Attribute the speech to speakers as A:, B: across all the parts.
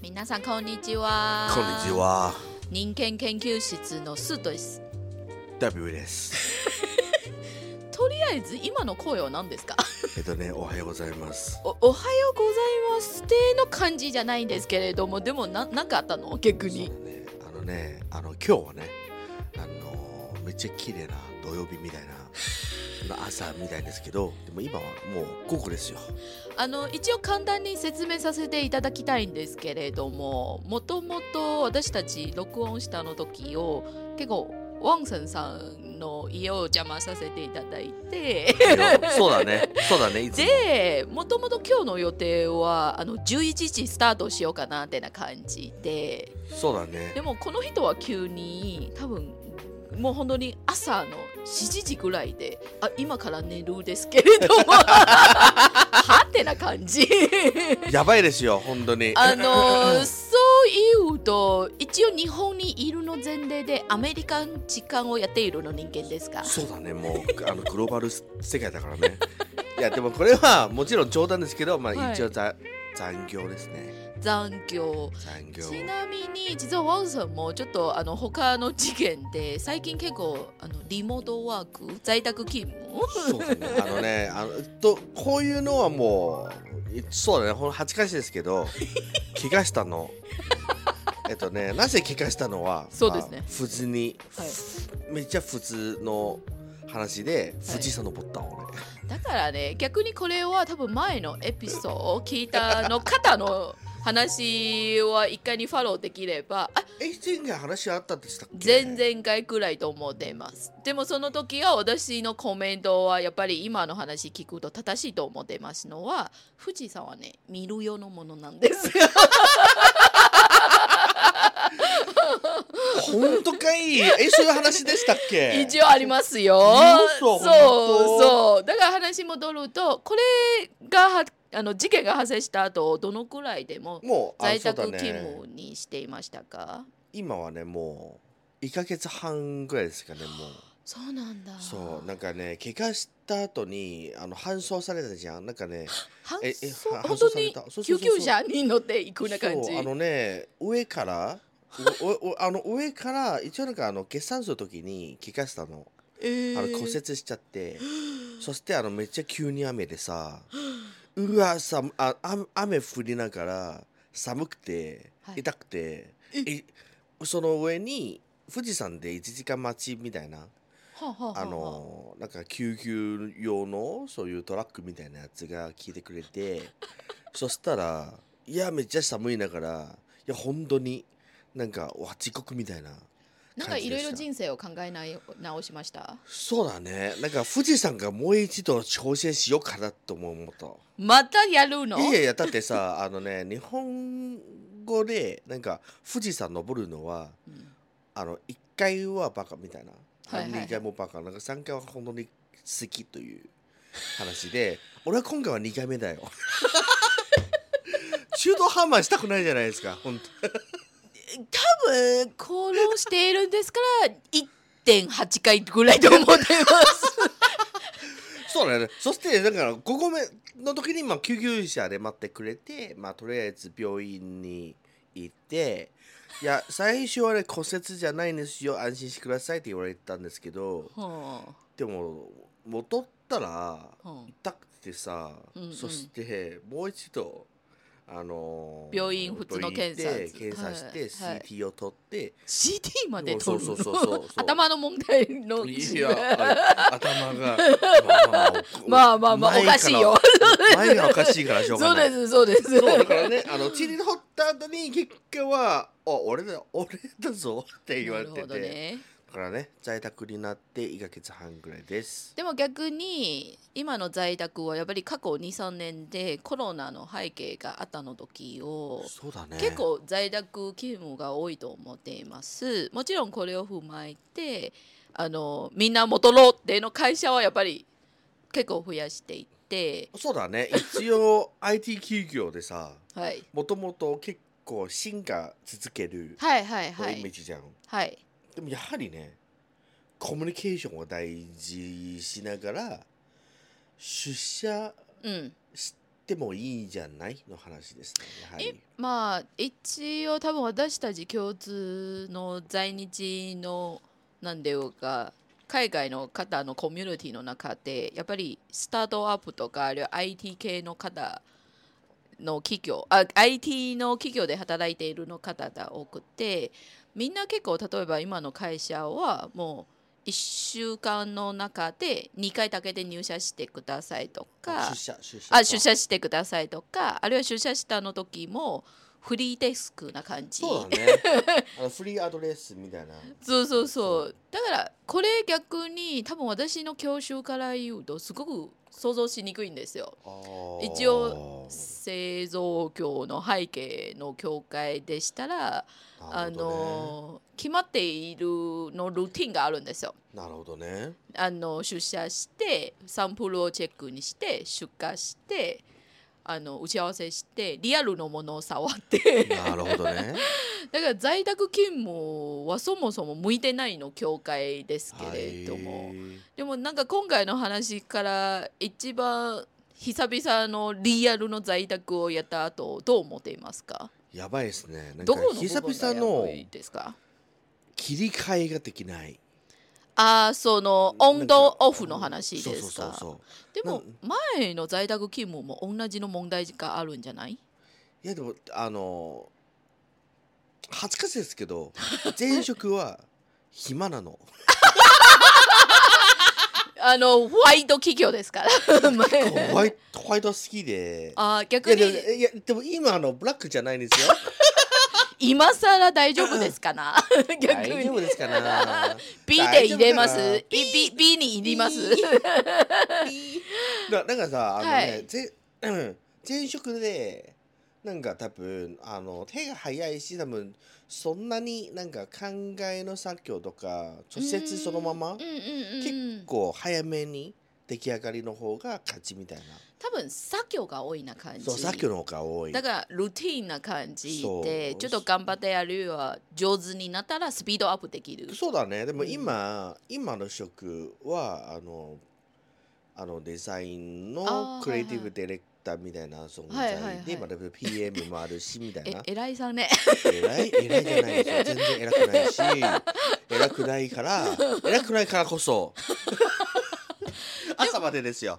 A: 皆さんこんにちは
B: こんにちは、
A: 人間研究室のスーです
B: W です。
A: とりあえず今の声は何ですか
B: えっとね、おはようございます。
A: おおはようございますっての感じじゃないんですけれどもでもななんかあったの逆
B: そう
A: に
B: だね、あのね、あの今日はね、あのーめっちゃ綺麗な土曜日みたいな、の朝みたいですけど、でも今はもう午後ですよ。
A: あの一応簡単に説明させていただきたいんですけれどももともと私たち録音したあの時を結構ワンセンさんの家を邪魔させていただいて
B: そうだね、そうだね、いつも。
A: でもともと今日の予定はあの11時スタートしようかなってな感じで
B: そうだね
A: で。もこの人は急に多分もう本当に朝の7時ぐらいであ今から寝るですけれども はってな感じ。
B: やばいですよ、本当に。
A: あのーそう言うと一応日本にいるの前提でアメリカン時間をやっているの人間ですか
B: そうだね、もうあのグローバル世界だからね。いや、でもこれはもちろん冗談ですけど、まあ
A: はい
B: 一応ざ、残業ですね。
A: 残業
B: 残業。
A: ちなみに実はワンさんもちょっとあの他の事件で最近結構あのリモートワーク在宅勤務
B: そうだね。あのね、あのとこういうのはもういそうだね。ほん恥ずかしいですけ ど、怪我したの。えっとね、なぜ怪我したのは、
A: そうですね
B: まあ普通に、
A: はい
B: めっちゃ普通の話で富士山登った、俺。
A: だからね逆にこれは多分前のエピソードを聞いたの方の話は一回にフォローできればあ
B: え、前回話あったでしたっけ？
A: 前々回くらいと思っていますでもその時は私のコメントはやっぱり今の話聞くと正しいと思ってますのは富士山はね見る用のものなんです
B: 本当かい。え、そういう話でしたっ け？
A: 一応ありますよそう
B: 嘘
A: そうだから話戻るとこれがはあの事件が発生した後どのくらいでも
B: もうあ
A: 在宅
B: そうだ
A: 勤
B: ね
A: 務にしていましたか
B: 今はね、もう一ヶ月半ぐらいですかね、もう。
A: そう,、なんだ
B: そうなんかね怪我した後にあの搬送されたじゃんなんかね
A: 搬
B: ええ
A: 送
B: は
A: 本
B: 搬
A: 当
B: 送され
A: に
B: たそうそうそ
A: 救
B: うそう
A: 急車に乗っていくような感じ
B: そうあのね 上からおおおあの上から一応なんかあの決算する時に怪我したの
A: え
B: あ
A: ー
B: の骨折しちゃって、そしてあのめっちゃ急に雨でさうわさあ雨雨降りながら寒くて
A: はい
B: 痛くて、
A: え
B: えその上に富士山で1時間待ちみたいな
A: ははは
B: あのーなんか救急用のそういうトラックみたいなやつが聞いてくれ てそしたら「いやめっちゃ寒いだからいや本当になんかわ地獄みたいな
A: なんかいろいろ人生を考えない直しました
B: そうだねなんか富士山がもう一度挑戦しようかなとも思った
A: またやるの
B: いやいやだってさあのね日本語でなんか富士山登るのは
A: うん
B: あの1回はバカみたいな、
A: はいはいはい
B: 2回もバカなんか3回は本当に好きという話で 俺は今回は2回目だよ 中途半端したくないじゃないですか本
A: 多分口論しているんですから1.8回ぐらいと思ってます
B: 当 そうだよねそしてだから5合目の時にまあ救急車で待ってくれてまあとりあえず病院に行っていや最初はね骨折じゃないんですよ安心してくださいって言われたんですけど
A: は
B: でも戻ったら
A: あはあ
B: 痛くてさ、
A: うんうん
B: そしてもう一度あのー
A: 病院普通の検査
B: 病院行って検査して
A: はいはい
B: CT を取って、
A: CT まで取る
B: そ
A: の
B: うそうそうそうそう
A: 頭の問題の
B: いやあ頭が
A: ま
B: ま
A: あまあまあ
B: 前ら
A: おかしいよ
B: 前がおかしいからしょう
A: そ
B: が
A: う
B: な
A: で
B: い
A: すそうです
B: そうだからねあのチリ取った後に結果は「あ俺だ俺だぞ」って言われ
A: な
B: て
A: るほ
B: て、
A: どね
B: だからね在宅になって1ヶ月半ぐらいです
A: でも逆に今の在宅はやっぱり過去23年でコロナの背景があったの時を
B: そうだね
A: 結構在宅勤務が多いと思っていますもちろんこれを踏まえてあのみんな戻ろうっての会社はやっぱり結構増やしていって
B: そうだね一応 IT 企業でさ
A: はい
B: もともと結構進化続ける
A: はいはいは
B: イメー
A: い
B: ジじゃん、
A: はい
B: でもやはりねコミュニケーションを大事にしながら出社
A: うん
B: してもいいんじゃないの話ですねやはり
A: まあ一応多分私たち共通の在日のなんでいうか海外の方のコミュニティの中でやっぱりスタートアップとかあるいは IT 系の方の企業あ IT の企業で働いているの方が多くてみんな結構例えば今の会社はもう1週間の中で2回だけで入社してくださいとか
B: 出社出社
A: あ出社してくださいとかあるいは出社したの時もフリーデスクな感じ
B: そうだねあのフリーアドレスみたいな
A: そうそうそう
B: そう
A: だからこれ逆に多分私の教習から言うとすごく想像しにくいんですよ
B: あー
A: 一応製造業の背景の業界でしたら、
B: な
A: あ
B: るほ
A: の決まっているのルーティンがあるんですよ
B: どねなるほどね
A: あの出社してサンプルをチェックにして出荷してあの打ち合わせしてリアルのものを触って
B: なるほどね
A: だから在宅勤務はそもそも向いてないの教会ですけれども、
B: はい
A: でもなんか今回の話から一番久々のリアルの在宅をやった後どう思っていますか
B: やばいですねなんか
A: どこの部
B: 久
A: 分が
B: 々
A: や
B: の
A: ばいですか
B: 切り替えができない
A: ああそのオンとオフの話です
B: そうそうそう
A: か
B: そう
A: でも
B: うん
A: 前の在宅勤務も同じの問題があるんじゃない
B: いやでもあの恥ずかしいですけ ど前職は暇なの
A: あのホワイト企業ですから
B: ホワイトホワイト好 きで
A: あー
B: い
A: 逆
B: やでも
A: に
B: いやでも今あのブラックじゃないんですよ
A: 今更大丈夫ですかな 逆
B: 大
A: に
B: 丈夫ですかな
A: B で入れま
B: 大丈夫
A: す
B: か
A: B, B, B に入ります
B: だだからさあのね、
A: はい
B: ぜ前職でなんか多分あの手が早いし多分そんなになんか考えの作業とか直接そのまま
A: うんうんうんうん
B: 結構早めに出来上がりの方が勝ちみたいな
A: 多分作業が多いな感じ
B: そう作業の方が多い
A: だからルーティンな感じで
B: そう
A: ちょっと頑張ってあるいは上手になったらスピードアップできる
B: そうだねでも
A: うん
B: 今、今の職はあのあのデザイン
A: あ
B: の
A: ー
B: クリエイティ
A: はいは
B: ブ
A: い
B: ディレクターみたいな存
A: はい
B: 在
A: はいはい
B: で今だ PM もあるしみたい
A: え
B: な
A: 偉いさ んね
B: 偉い偉いじゃないですよ全然偉くないし偉くないから偉くないから こそ朝までですよ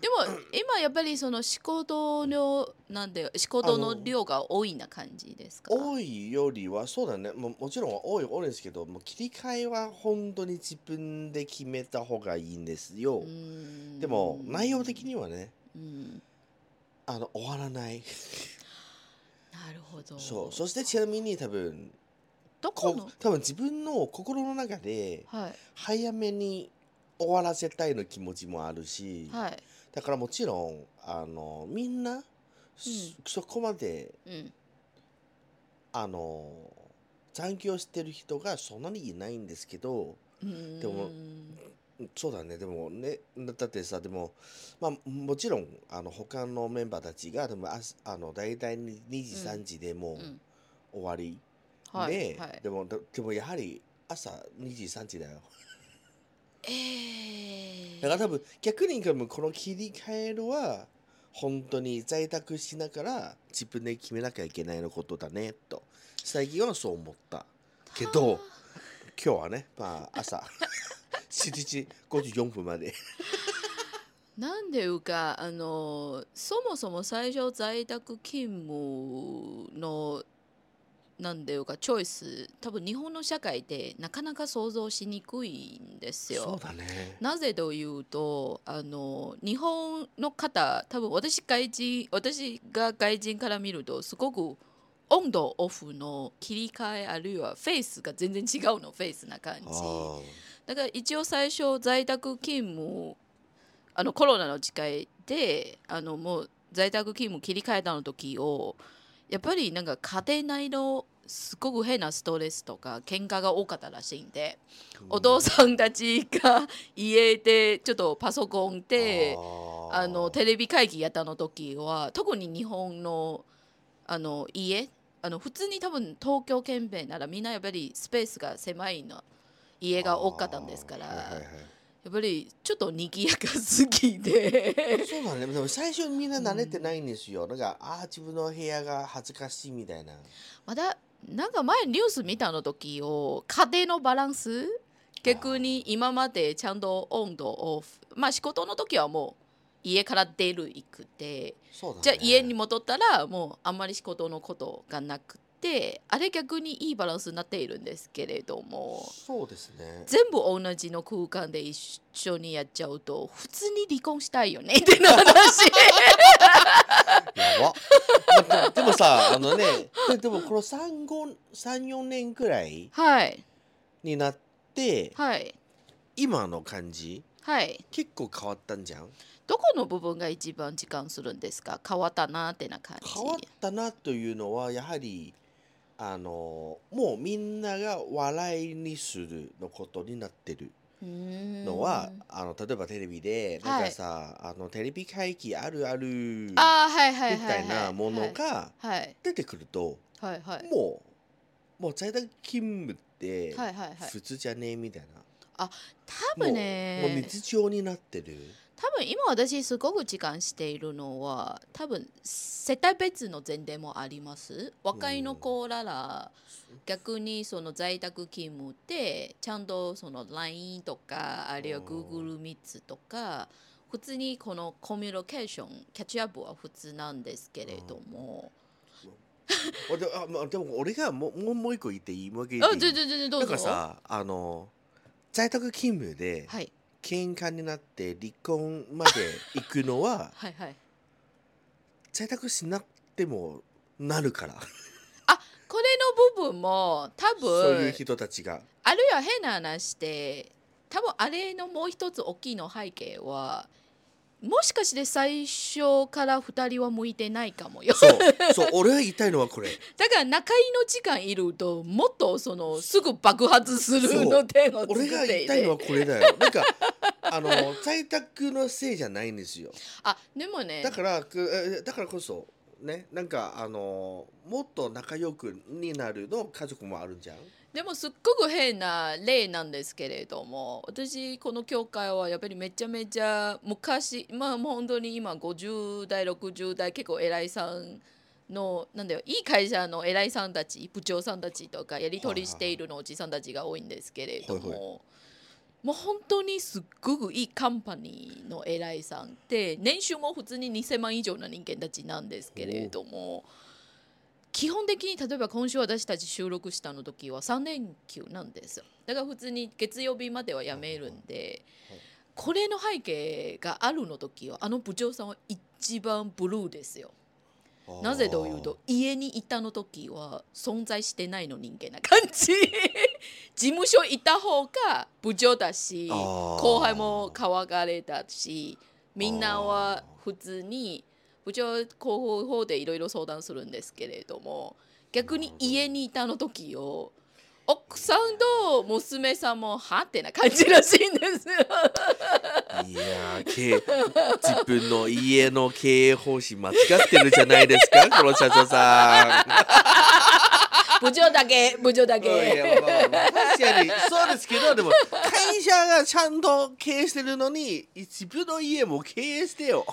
A: でも今やっぱりその仕事のなんで仕事の量が多いな感じですか
B: 多いよりはそうだねもうもちろん多い多いですけどもう切り替えは本当に自分で決めた方がいいんですよ、
A: うん
B: でも内容的にはね
A: うん
B: あの終わらない
A: なるほど
B: そうそしてちなみに多分
A: どこ
B: こ
A: の
B: 多分自分の心の中で
A: はい
B: 早めに終わらせたいの気持ちもあるし、
A: はい
B: だからもちろんあのみんな、そそこまで
A: うん
B: あの残業してる人がそんなにいないんですけど
A: うん
B: でもそうだねでもねだだってさでもまあもちろんあの他のメンバーたちがでもあすあの大体2時
A: うん
B: 3時でも
A: うん
B: う終わり、
A: はい
B: で、
A: はい
B: でもだでもやはり朝2時3時だよ
A: えー
B: だから多分逆に多分この切り替えるは本当に在宅しながら自分で決めなきゃいけないのことだねと最近はそう思ったけど今日はねまあ 朝7時54分まで
A: なんでいうかあのそもそも最初在宅勤務のなんでいうかチョイス多分日本の社会でなかなか想像しにくいんですよ。
B: そうだね
A: なぜというとあの日本の方多分私外人私が外人から見るとすごくオンとオフの切り替えあるいはフェイスが全然違うのフェイスな感じ。
B: あ
A: だから一応最初在宅勤務あのコロナの時代であのもう在宅勤務切り替えたの時をやっぱりなんか家庭内のすごく変なストレスとか喧嘩が多かったらしいんで、
B: ー
A: お父さんたちが家でちょっとパソコンで
B: あー
A: あのテレビ会議やったの時は特に日本のあの家あの普通に多分東京圏米ならみんなやっぱりスペースが狭いの家が多かったんですから、
B: あーはいはい
A: や
B: は
A: っぱりちょっと賑やかすぎて
B: いそうだねでも最初みんな慣れてないんですよ、なんかああ自分の部屋が恥ずかしいみたいな
A: まだなんか前ニュース見たの時を家庭のバランス逆に今までちゃんとオンとオフまあ仕事の時はもう家から出る行くて
B: そうだ、ね、
A: じゃあ家に戻ったらもうあんまり仕事のことがなくてあれ逆にいいバランスになっているんですけれども
B: そうですね
A: 全部同じの空間で一緒にやっちゃうと普通に離婚したいよね ってな話
B: やばでもでもさあのねででもこの34年くらい
A: はい
B: になって
A: はい
B: 今の感じ
A: はい
B: 結構変わったんじゃん
A: どこの部分が一番時間するんですか変わったなってな感じ
B: 変わったなというのはやはりあのもうみんなが笑いにするのことになってるの
A: の
B: はあの例えばテレビで
A: はい
B: なんかさ、あのテレビ会議あるあるみ
A: あーはいはいはいは
B: たいなものが
A: はい
B: 出てくると
A: はいはい
B: もうもう在宅勤務って
A: はいはいはい
B: 普通じゃねえみたいな、
A: 多分ね
B: もうもう日常になってる
A: 多分今私すごく時間しているのは多分世帯別の前提もあります若いの子らら逆にその在宅勤務でちゃんとその LINE とかあるいは
B: うん
A: Google Meets とか普通にこのコミュニケーションキャッチアップは普通なんですけれども
B: あであまあでも俺がもうもうもう一個言っていいもう一個言
A: あ
B: ってい
A: 全
B: い
A: 然全然どうぞ
B: なんかさあの在宅勤務で
A: はい
B: 喧嘩になって離婚まで行くのは
A: はいはい
B: 在宅しなくてもなるから
A: これの部分も多
B: そういう
A: 分
B: 人たちが
A: あるいは変な話で多分あれのもう一つ大きいの背景はもしかして最初から2人は向いてないかもよ
B: そうそう俺が言いたいのはこれ
A: だから中居の時間いるともっとそのすぐ爆発する の点を作
B: 俺が
A: っ
B: 言
A: て
B: い
A: い
B: たいのは
A: て
B: これだよなんかあの在宅のせいじゃないんですよ
A: あでもね
B: だからくえだからこそねなんかあのもっと仲良くになるの家族もあるんじゃん
A: でもすっごく変な例なんですけれども私この教会はやっぱりめちゃめちゃ昔まあもう本当に今50代60代結構偉いさんのなんだよいい会社の偉いさんたち部長さんたちとかやり取りしているのおじさんたちが多いんですけれども。
B: はい
A: もう本当にすっごくいいカンパニーの偉いさんって年収も普通に2,000万以上の人間たちなんですけれども基本的に例えば今週私たち収録したの時は3連休なんですよだから普通に月曜日まではやめるんで
B: はいはい
A: これの背景があるの時はあの部長さんは一番ブルーですよなぜというと家にいたの時は存在してないの人間な感じ 事務所いた方が部長だし
B: あー
A: 後輩も可愛がれたしみんなは普通に部長広報でいろいろ相談するんですけれども逆に家にいたの時を奥さんと娘さんもはってな感じらしいんですよ。
B: いやー経自分の家の経営方針間違ってるじゃないですかこの社長さん。
A: 部長だけ部長だ
B: いや
A: け。
B: まあまあ確かにそうですけ どでも会社がちゃんと経営してるのに自分の家も経営してよ。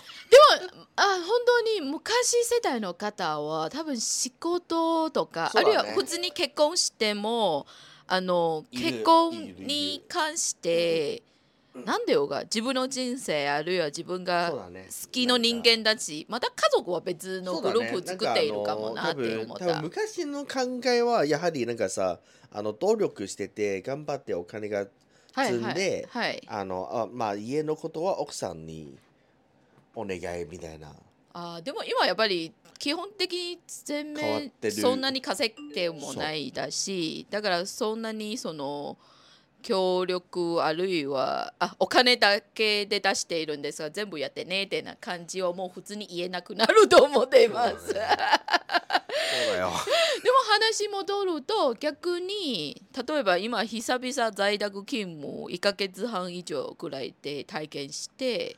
A: あ本当に昔世代の方は多分仕事とか、
B: そ
A: あ
B: うだ
A: るい
B: ね
A: は普通に結婚してもあの
B: いる
A: 結婚に関してなんだよが自分の人生あるいは自分が
B: ね
A: 好きの人間たちまた家族は別のグループ作っているかもなって思っ
B: 多分多分
A: た。
B: 昔の考えはやはりなんかさあの努力してて頑張ってお金が
A: はい
B: 積
A: は
B: んで
A: いはい。
B: あのあまあ家のことは奥さんにお願いみたいな。
A: あーでも今やっぱり基本的に全
B: 変わっ
A: 面
B: てる
A: そんなに稼ってもないだしだからそんなにその協力あるいはあお金だけで出しているんですが全部やってねってな感じをもう普通に言えなくなると思っています。
B: そうだねそうだよ。
A: でも話戻ると逆に例えば今久々在宅勤務を1ヶ月半以上ぐらいで体験して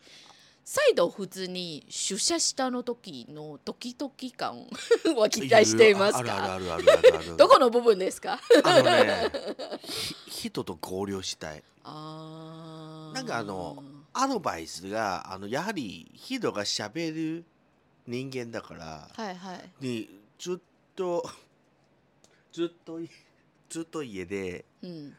A: 再度普通に出社したの時のドキドキ感 は期待しています
B: いやあ
A: か
B: るあるあるあるあるあ る
A: どこの部分ですか
B: あのねひ人と合流したい
A: あー
B: なんかあのアドバイスがあのやはりヒドが喋る人間だから、
A: はいはい
B: にずっと ずっとずっと家で
A: うん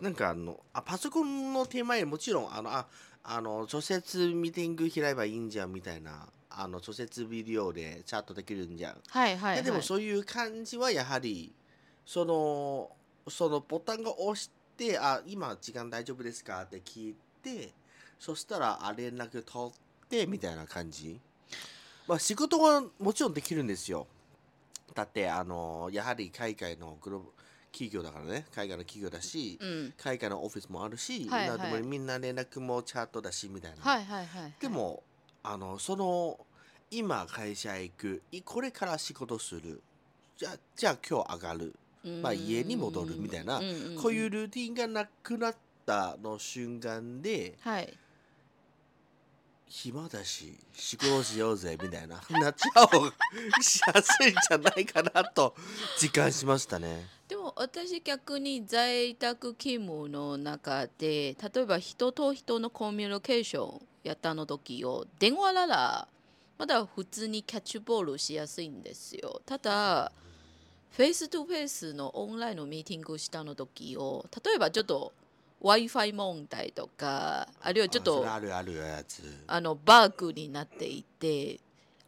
B: なんかあのあパソコンの手前にもちろんあのああの直接ミーティング開けばいいんじゃんみたいなあの直接ビデオでチャットできるんじゃん、
A: はいはい、はい、
B: でもそういう感じはやはりそのそのボタンを押して「あ今時間大丈夫ですか?」って聞いてそしたらあ連絡取ってみたいな感じ、まあ、仕事はもちろんできるんですよだってあのやはり海外のグローブ企業だからね海外の企業だし
A: うん
B: 海外のオフィスもあるし、
A: はいはい
B: なんでもみんな連絡もチャットだしみたいな、
A: はいはいはいはい
B: でもあのその今会社行くいこれから仕事するじゃあじゃあ今日上がる、まあ家に戻るみたいなこういう
A: う
B: ルーティンがなくなったの瞬間で
A: はい
B: 暇だし仕事しようぜみたいななっちゃおうしやすいんじゃないかなと実感しましたね。
A: でも私逆に在宅勤務の中で例えば人と人のコミュニケーションやったの時を電話ならまだ普通にキャッチボールしやすいんですよただフェイストフェイスのオンラインのミーティングしたの時を例えばちょっと w i f i 問題とかあるいはちょっ
B: あそ
A: と
B: れあるあるやつ。
A: あのバークになっていて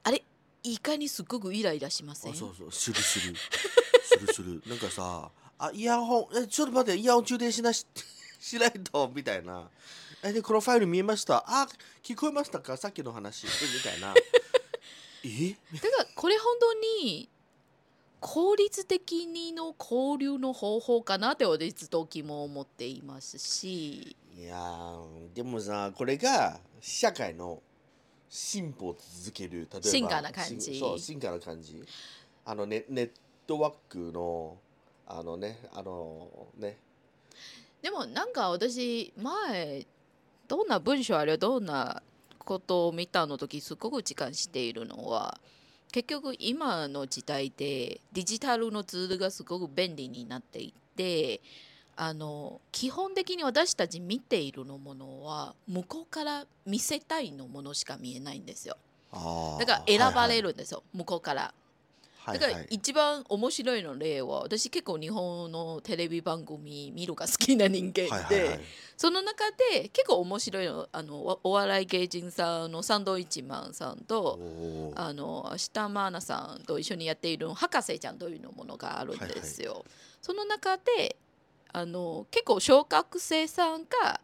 A: あれいかにすごくイライラしません
B: あそうそうするするするする なんかさあイヤホンえちょっと待ってイヤホン充電しな ししないとみたいなえでこのファイル見えましたあ聞こえましたかさっきの話え みたいなえ
A: だからこれ本当に効率的にの交流の方法かなって私ずっと疑問を持っていますし
B: いやーでもさこれが社会の進歩を続ける例えば
A: 進化な感じ
B: 進そう進化な感じあのねネットワークのあのねあのね
A: でもなんか私前どんな文章あるいはどんなことを見たの時すごく時間しているのは結局今の時代でデジタルのツールがすごく便利になっていてあの基本的に私たち見ているのものは向こうから見せたいのものしか見えないんですよ。
B: あー
A: だから選ばれ
B: る、
A: るんですよ、向こうから。
B: はい
A: だ
B: は
A: か
B: い
A: ら一番面白いの例は、私結構日本のテレビ番組見るが好きな人間で、
B: はいはいはいはい
A: その中で結構面白いのあのおお笑い芸人さんのサンドウィッチマンさんと、
B: おー
A: あの明日マーナさんと一緒にやっている博士ちゃんというのものがあるんですよ。その中であの結構小学生さんが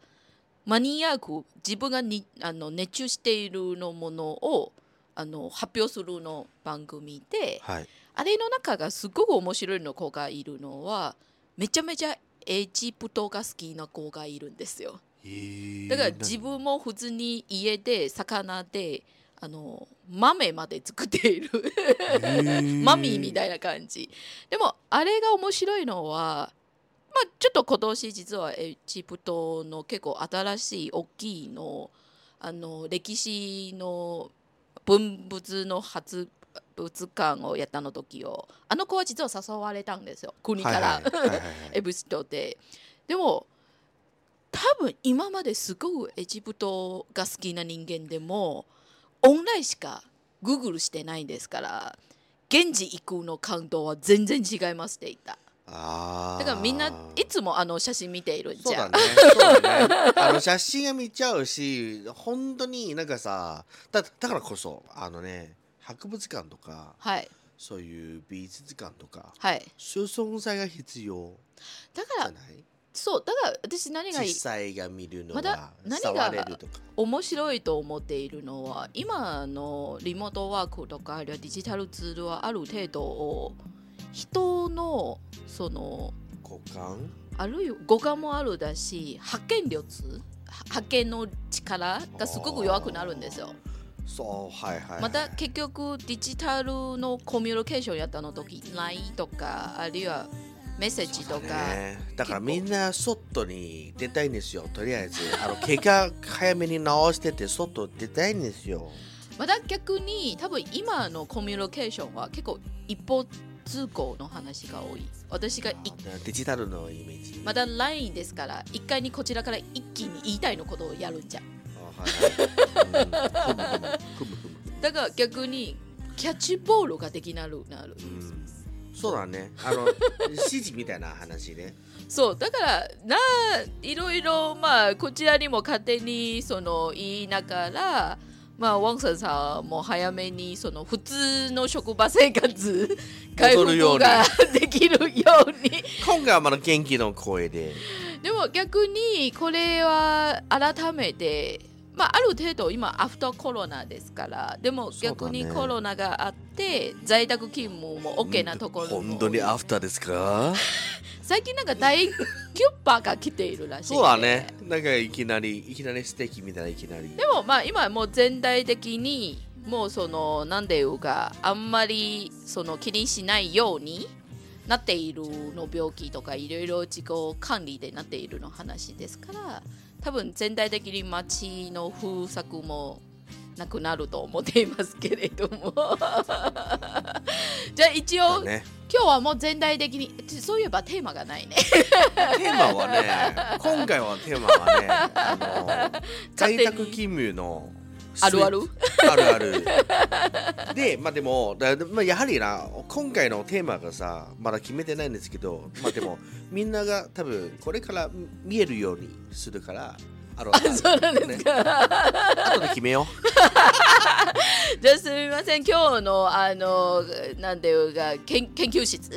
A: マニアック自分がにあの熱中しているのものをあの発表するの番組で
B: はい。
A: あれの中がすごく面白いの子がいるのはめちゃめちゃエジプトが好きな子がいるんですよ。だから自分も普通に家で魚であの豆まで作っているマミーみた
B: い
A: いな感じでもあれが面白いのはまあちょっと今年実はエジプトの結構新しい大きいのあの歴史の文物の発物館をやったの時をあの子は実は誘われたんですよ国から。エブストででも多分今まですごくエジプトが好きな人間でもオンラインしかグーグルしてないんですから現地行くの感動は全然違いますって言った
B: あ
A: だからみんないつもあの写真見ているん
B: そう
A: じゃ
B: だ
A: ん、
B: ね。そうだね。あの写真が見ちゃうし、本当になんかさ、だだからこそあのね、博物館とか
A: はい
B: そういう美術館とか、
A: はい
B: そういう存在が必要
A: だ
B: じ
A: か
B: ゃ
A: ら
B: ない？
A: そうだから私何がいい
B: 実際が見るの
A: ま
B: は
A: だ何が
B: 触れるとか。
A: 面白いと思っているのは今のリモートワークとかあるいはデジタルツールはある程度を人のその
B: 五感。
A: あるいは語感もあるだし発見率は発見の力がすごく弱くなるんですよ。
B: そうはいはい、はい。
A: また結局デジタルのコミュニケーションやったの時 LINE とかあるいはメッセージとか、
B: ねだからみんな外に出たいんですよとり あえずあの怪我早めに治してて外出たいんですよ
A: まだ逆に多分今のコミュニケーションは結構一方通行の話が多い私がい
B: デジタルのイメージ
A: まだ LINE ですから一回にこちらから一気に言いたいのことをやるんじゃん
B: あはいはいうんふむふむふむふむ
A: だから逆にキャッチボールができなるなる、
B: うんそうだねあの指示みたいな話ね
A: そうだからないろいろまあこちらにも勝手にその言いながらまあワンさんさんも早めにその普通の職場生活回
B: 戻るよう
A: 復
B: に
A: ができるように
B: 今回はまだ元気の声で
A: でも逆にこれは改めて、まあ、ある程度今アフターコロナですからでも逆に
B: そうだね
A: コロナがあって、在宅勤務も OK なところも
B: 本当にアフターで すか
A: 最近なんか大キュッパーが来ているらしいんで
B: そうだねなんかいきなりいきなりステーキみたいないきなり
A: でもまあ今もう全体的にもうそのなんでいうかあんまりその気にしないようになっているの病気とかいろいろ自己管理でなっているの話ですから多分全体的に街の封鎖もなくなると思っていますけれども じゃあ一応、
B: だね
A: 今日はもう全体的にそういえばテーマがないね
B: テーマ はね、今回はテーマはね、あの在宅勤務の
A: あるある
B: あるある。で、まあでも、だまあ、やはりな、今回のテーマがさ、まだ決めてないんですけど、まあ でも、みんなが多分これから見えるようにするから、あの、あ
A: そうなんですか、
B: 後で決めよう。
A: じゃあすみません今日のあのなんていうか研研究室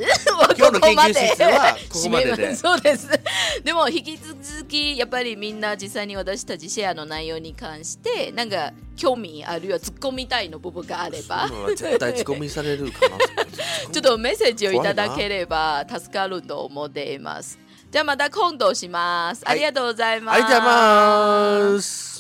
B: 今日の
A: ここ
B: 研
A: ま
B: 究
A: で
B: 室はここまで
A: 締めま。
B: です
A: そうです でも引き続きやっぱりみんな実際に私たちシェアの内容に関してなんか興味あるいは突っ込みたいの部分があれば
B: そんなの絶対仕込みされるか な。
A: ちょっとメッセージをいただければ助かると思っていますじゃあまた今度します、
B: はい
A: ありがとうございます
B: ありがとうございます。